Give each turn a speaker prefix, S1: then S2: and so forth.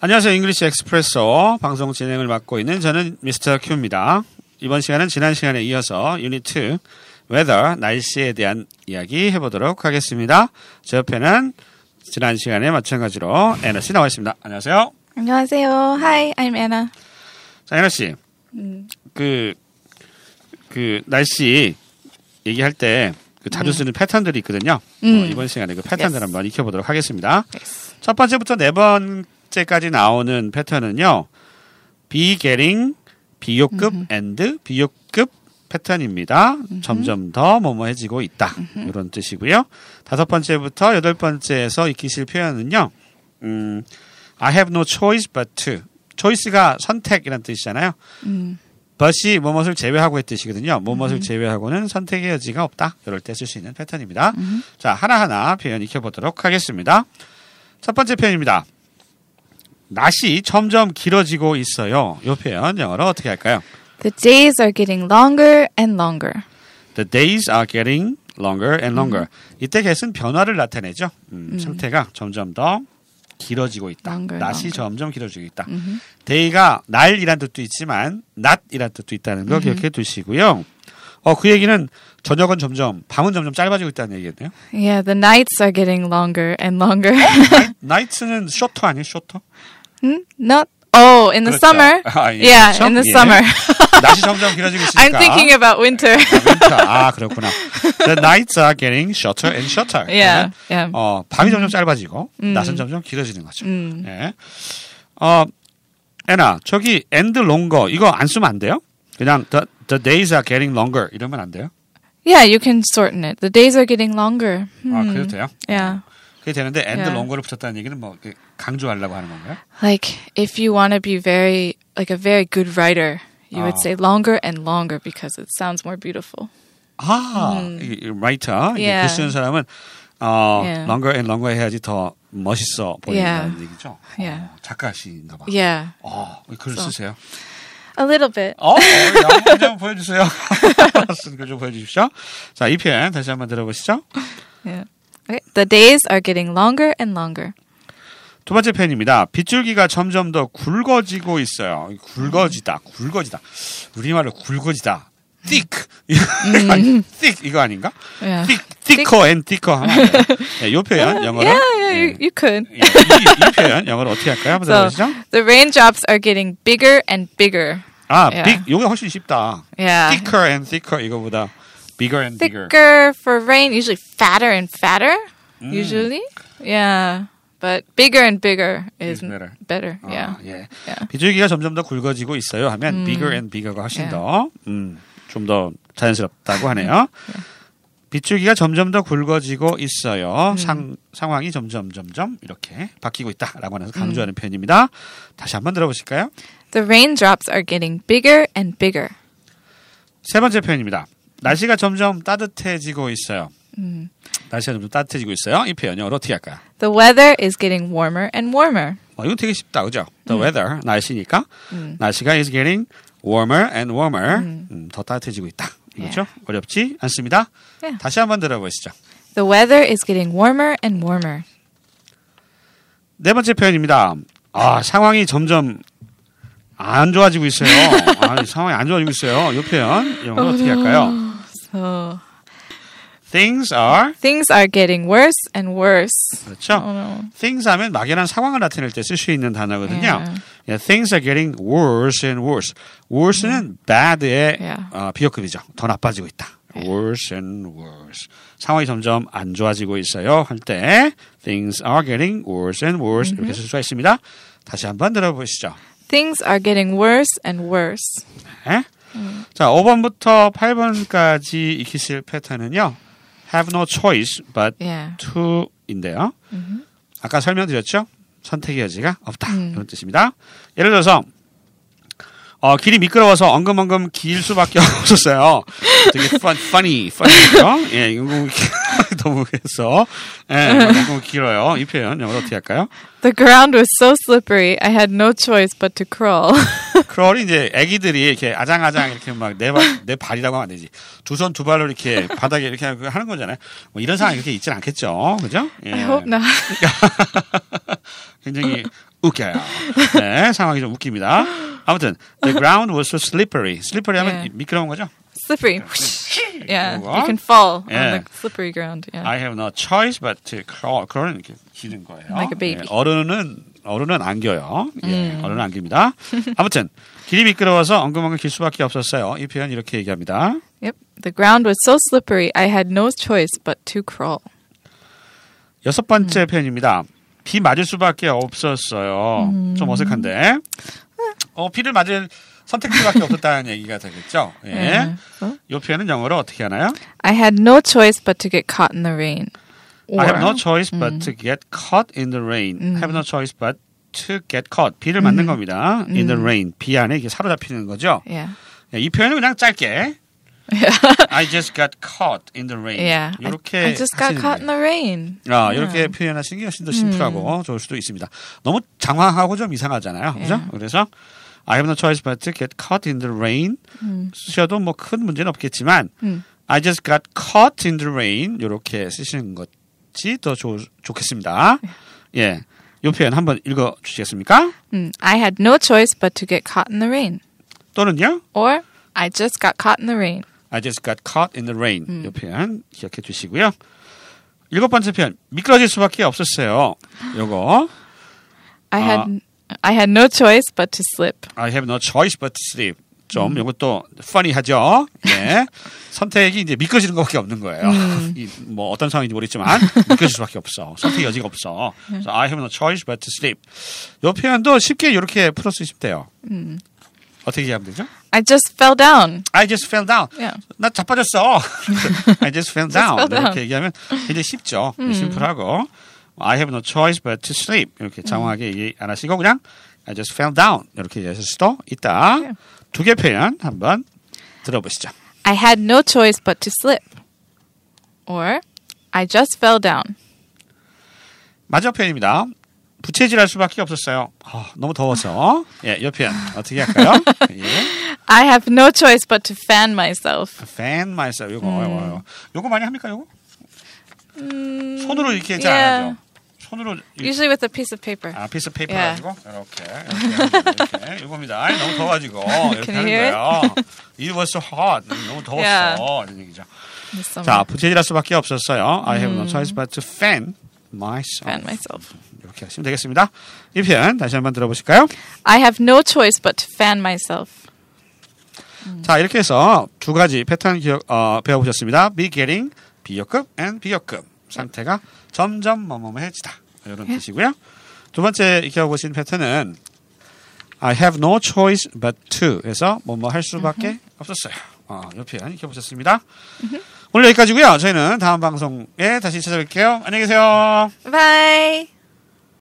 S1: 안녕하세요. 잉글리시 엑스프레소 방송 진행을 맡고 있는 저는 미스터 큐입니다. 이번 시간은 지난 시간에 이어서 유닛 2 weather 날씨에 대한 이야기 해보도록 하겠습니다. 제 옆에는 지난 시간에 마찬가지로 에너 씨 나와 있습니다. 안녕하세요.
S2: 안녕하세요. Hi, I'm Anna.
S1: 자 에너 씨, 그, 그 날씨 얘기할 때 그 자주 쓰는 패턴들이 있거든요. 어, 이번 시간에 그 패턴들
S2: 음. Yes.
S1: 한번 익혀보도록 하겠습니다.
S2: Yes.
S1: 첫 번째부터 네 번째까지 나오는 패턴은요. be getting, 비교급, and 비교급 패턴입니다. 점점 더 뭐뭐해지고 있다. 이런 뜻이고요. 다섯 번째부터 여덟 번째에서 익히실 표현은요. 음, I have no choice but to. choice가 선택이란 뜻이잖아요.
S2: 음.
S1: but이 뭐뭇을 제외하고의 뜻이거든요. 뭐뭇을 제외하고는 선택의 여지가 없다. 이럴 때 쓸 수 있는 패턴입니다. 자, 하나하나 표현 익혀보도록 하겠습니다. 첫 번째 표현입니다. 낮이 점점 길어지고 있어요. 이 표현 영어로 어떻게 할까요?
S2: The days are getting longer and longer.
S1: The days are getting longer and longer. 이때 get은 변화를 나타내죠. 음, 상태가 점점 더 길어지고 있다.
S2: Longer,
S1: 낮이
S2: longer. Mm-hmm.
S1: 점점 길어지고 있다.
S2: 음.
S1: day가 날이란 뜻도 있지만 낮이란 뜻도 있다는 거 기억해 두시고요. 어, 그 얘기는 저녁은 점점 밤은 점점 짧아지고 있다는 얘기였네요.
S2: Yeah, the nights are getting longer and longer.
S1: 나이트는 쇼터 아니에요? 쇼터?
S2: Hmm? Not oh, in the
S1: 그렇죠.
S2: summer.
S1: 아, 예,
S2: yeah,
S1: 그렇죠.
S2: in the
S1: 예.
S2: summer.
S1: 낮이 점점 길어지고 있으니까.
S2: I'm thinking about winter.
S1: 아, 아 그렇구나. The nights are getting shorter and shorter.
S2: yeah, yeah.
S1: 어, 밤이 점점 짧아지고 낮은 점점 길어지는 거죠.
S2: 음.
S1: 예. 어, 에나 저기 and longer 이거 안 쓰면 안 돼요? 그냥 the, the days are getting longer 이러면 안 돼요?
S2: Yeah, you can shorten it. The days are getting longer.
S1: 아
S2: Hmm.
S1: 그래도 돼요?
S2: Yeah.
S1: 그게 되는데 and
S2: Yeah.
S1: longer를 붙였다는 얘기는 뭐 이렇게 강조하려고 하는 건가요?
S2: Like if you want to be very like a very good writer, you
S1: Ah.
S2: would say longer and longer because it sounds more beautiful.
S1: 아, 이- 이 writer 이게
S2: 음. Yeah.
S1: 글 쓰는 사람은 어,
S2: Yeah.
S1: longer and longer 해야지 더 멋있어 보인다는
S2: Yeah.
S1: 얘기죠.
S2: Yeah.
S1: 어, 작가시인가 봐.
S2: Yeah.
S1: 어, 글
S2: So.
S1: 쓰세요.
S2: A little bit.
S1: 어, 양좀 보여주세요. 쓴거좀 보여주십시오. 자, 이 표현 다시 한번 들어보시죠.
S2: Yeah. Okay. The days are getting longer and longer.
S1: 두 번째 표현입니다. 빗줄기가 점점 더 굵어지고 있어요. 굵어지다, 굵어지다. 우리말로 굵어지다. thick. 아니, thick 이거 아닌가?
S2: 음. Yeah.
S1: thick, thicker and thicker 하면 안 돼요? 네, 이 표현 영어로.
S2: Yeah, yeah, you,
S1: 예.
S2: you could.
S1: 예, 이, 이 표현 영어로 어떻게 할까요? 한번
S2: So
S1: 들어보시죠.
S2: the raindrops are getting bigger and bigger.
S1: 아,
S2: yeah.
S1: big. 요게 훨씬 쉽다.
S2: Yeah.
S1: thicker and thicker 이거보다 bigger and bigger.
S2: Thicker for rain, usually fatter and fatter.
S1: Mm.
S2: Usually. Yeah. But bigger and bigger is,
S1: Is better. Ah,
S2: better. Better.
S1: 아,
S2: yeah.
S1: 예.
S2: Yeah. 음.
S1: 비둘기가 점점 더 굵어지고 있어요 하면 bigger and bigger가 훨씬
S2: 예.
S1: 더, 음, 좀 더 자연스럽다고 하네요. 비둘기가 점점 더 굵어지고
S2: 음.
S1: 있어요. 상, 상황이 점점 점점 이렇게 바뀌고 있다라고 하면서
S2: 음.
S1: 강조하는 표현입니다. 다시 한번 들어보실까요?
S2: The raindrops are getting bigger and bigger.
S1: 세 번째 표현입니다. 날씨가 점점 따뜻해지고 있어요. 음. 날씨가 점점 따뜻해지고 있어요. 이 표현 영어로 어떻게 할까요?
S2: The weather is getting warmer and warmer.
S1: 어, 이건 되게 쉽다, 그죠? The weather, 날씨니까. 날씨가 is getting warmer and warmer. 음, 예. 더 따뜻해지고 있다. 이거죠? 어렵지 않습니다.
S2: 예.
S1: 다시 한번 들어보시죠.
S2: The weather is getting warmer and warmer.
S1: 네 번째 표현입니다. 아, 상황이 점점 안 좋아지고 있어요. 아, 상황이 안 좋아지고 있어요. 이 표현, 영어로 어떻게 할까요?
S2: So
S1: Things are,
S2: things are getting worse and worse.
S1: 그렇죠?
S2: Oh no.
S1: things 하면 막연한 상황을 나타낼 때 쓸 수 있는 단어거든요.
S2: Yeah.
S1: Yeah, things are getting worse and worse. worse는 bad의
S2: Yeah.
S1: 어, 비교급이죠. 더 나빠지고 있다. worse and worse. 상황이 점점 안 좋아지고 있어요. 할 때 things are getting worse and worse 이렇게 쓸 수가 있습니다. 다시 한번 들어보시죠.
S2: Things are getting worse and worse.
S1: 예? 자, 5번부터 8번까지 익히실 패턴은요. have no choice but
S2: Yeah.
S1: to인데요. 아까 설명드렸죠? 선택의 여지가 없다. 이런 뜻입니다. 예를 들어서 어, 길이 미끄러워서 엉금엉금 길 수밖에 없었어요. 되게 fun, funny, funny죠? 예, 이거 너무 해서 예, 너무 길어요. 이 표현 영어로 어떻게 할까요?
S2: The ground was so slippery, I had no choice but to crawl.
S1: 크롤이 이제 아기들이 이렇게 아장아장 이렇게 막 내 발, 내 발이라고 하면 안 되지. 두 손 두 발로 이렇게 바닥에 이렇게 하는 거잖아요. 뭐 이런 상황이 그렇게 있진 않겠죠. 그죠? 예.
S2: I hope not.
S1: 굉장히 웃겨요. 네, 상황이 좀 웃깁니다. 아무튼 the ground was so slippery. slippery 하면
S2: Yeah.
S1: 미끄러운 거죠?
S2: Slippery. yeah.
S1: What?
S2: 예. You can fall
S1: Yeah.
S2: on the slippery ground. Yeah.
S1: I have no choice but to crawl. 그런 이렇게 기는 거예요.
S2: Like a baby. 음.
S1: 예, 어른은 어른은 안겨요. 예, 어른은 안깁니다. 아무튼 길이 미끄러워서 엉금엉금 길 수밖에 없었어요. 이 표현 이렇게 얘기합니다.
S2: Yep. The ground was so slippery, I had no choice but to crawl.
S1: 여섯 번째 표현입니다. 비 맞을 수밖에 없었어요.
S2: 음.
S1: 좀 어색한데. 어, 비를 맞을 선택지밖에 없었다는 얘기가 되겠죠. 예.
S2: Yeah. So,
S1: 이 표현은 영어로 어떻게 하나요?
S2: I had no choice but to get caught in the rain. Or,
S1: I have no choice but
S2: 음.
S1: to get caught in the rain. have no choice but to get caught. 비를 맞는
S2: 음.
S1: 겁니다. in the rain. 비 안에 이게 사로잡히는 거죠.
S2: yeah.
S1: 예, 이 표현은 그냥 짧게. I just got caught in the rain.
S2: Yeah. I-
S1: 이렇게
S2: I, just got
S1: 하시는
S2: caught in the rain.
S1: 아, 이렇게 표현하시는 게 훨씬 더 심플하고 좋을 수도 있습니다. 너무 장황하고 좀 이상하잖아요. 그죠?
S2: 예.
S1: 그래서 I have no choice but to get caught in the rain. 쓰셔도 뭐 큰 문제는 없겠지만
S2: 음.
S1: I just got caught in the rain. 이렇게 쓰시는 것이 더 좋, 좋겠습니다. 예. 이 표현 한번 읽어 주시겠습니까?
S2: Mm. I had no choice but to get caught in the rain.
S1: 또는요?
S2: Or I just got caught in the rain.
S1: I just got caught in the rain. 이 표현 기억해 주시고요. 일곱 번째 표현. 미끄러질 수밖에 없었어요. 요거.
S2: I
S1: Ah.
S2: had I had no choice but to slip.
S1: I have no choice but to sleep. 좀 이것도 funny하죠. 예. 선택이 이제 미끄러지는 것밖에 없는 거예요. 이, 뭐 어떤 상황인지 모르겠지만 미끄러질 수밖에 없어. 선택 여지가 없어. 그래서 I have no choice but to sleep. 요 표현도 쉽게 이렇게 풀어 쓰시면 돼요. 어떻게 얘기하면 되죠?
S2: I just fell down.
S1: I just fell down.
S2: Yeah.
S1: 나 자빠졌어. I just fell down.
S2: fell down. 음.
S1: 이렇게 얘기하면 굉장히 쉽죠. 심플하고. I have no choice but to sleep. 이렇게 장황하게
S2: 음.
S1: 얘기 안 하시고 그냥 I just fell down. 이렇게 얘기하실 수도 있다.
S2: Yeah.
S1: 두 개 표현 한번 들어보시죠.
S2: I had no choice but to slip. Or I just fell down.
S1: 마지막 표현입니다. 부채질할 수밖에 없었어요. 아, 너무 더워서. 예, 이 표현 어떻게 할까요? 예.
S2: I have no choice but to fan myself.
S1: Fan myself.
S2: 음.
S1: 요거, 요거, 요거. 요거 많이 합니까? 요거? 손으로 이렇게 잘 안
S2: yeah.
S1: 하죠. 손으로 이렇게
S2: Usually with a piece of paper.
S1: 아 피스 페이퍼
S2: Yeah.
S1: 가지고 이렇게 이렇게, 이렇게 이겁니다. 아이, 너무 더워가지고 이렇게
S2: Can
S1: 하는
S2: you hear it?
S1: 거예요. It was so hot. 음, 너무 더웠어.
S2: Yeah. 음.
S1: 이런 얘기죠.
S2: this summer.
S1: 자 부채질할 수밖에 없었어요. I have no choice but to fan myself.
S2: 음. Fan myself.
S1: 이렇게 하시면 되겠습니다. 이 표현 다시 한번 들어보실까요?
S2: I have no choice but to fan myself.
S1: 자 이렇게 해서 두 가지 패턴 기억 어, 배워보셨습니다. beginning 비역급 and 비역급 상태가 점점 머뭇해지다 이런 뜻이고요. 두 번째 익혀보신 패턴은 I have no choice but to 해서 뭐뭐 할 수밖에 없었어요. 어, 이 표현 익혀보셨습니다. 오늘 여기까지고요. 저희는 다음 방송에 다시 찾아뵐게요. 안녕히 계세요.
S2: Bye.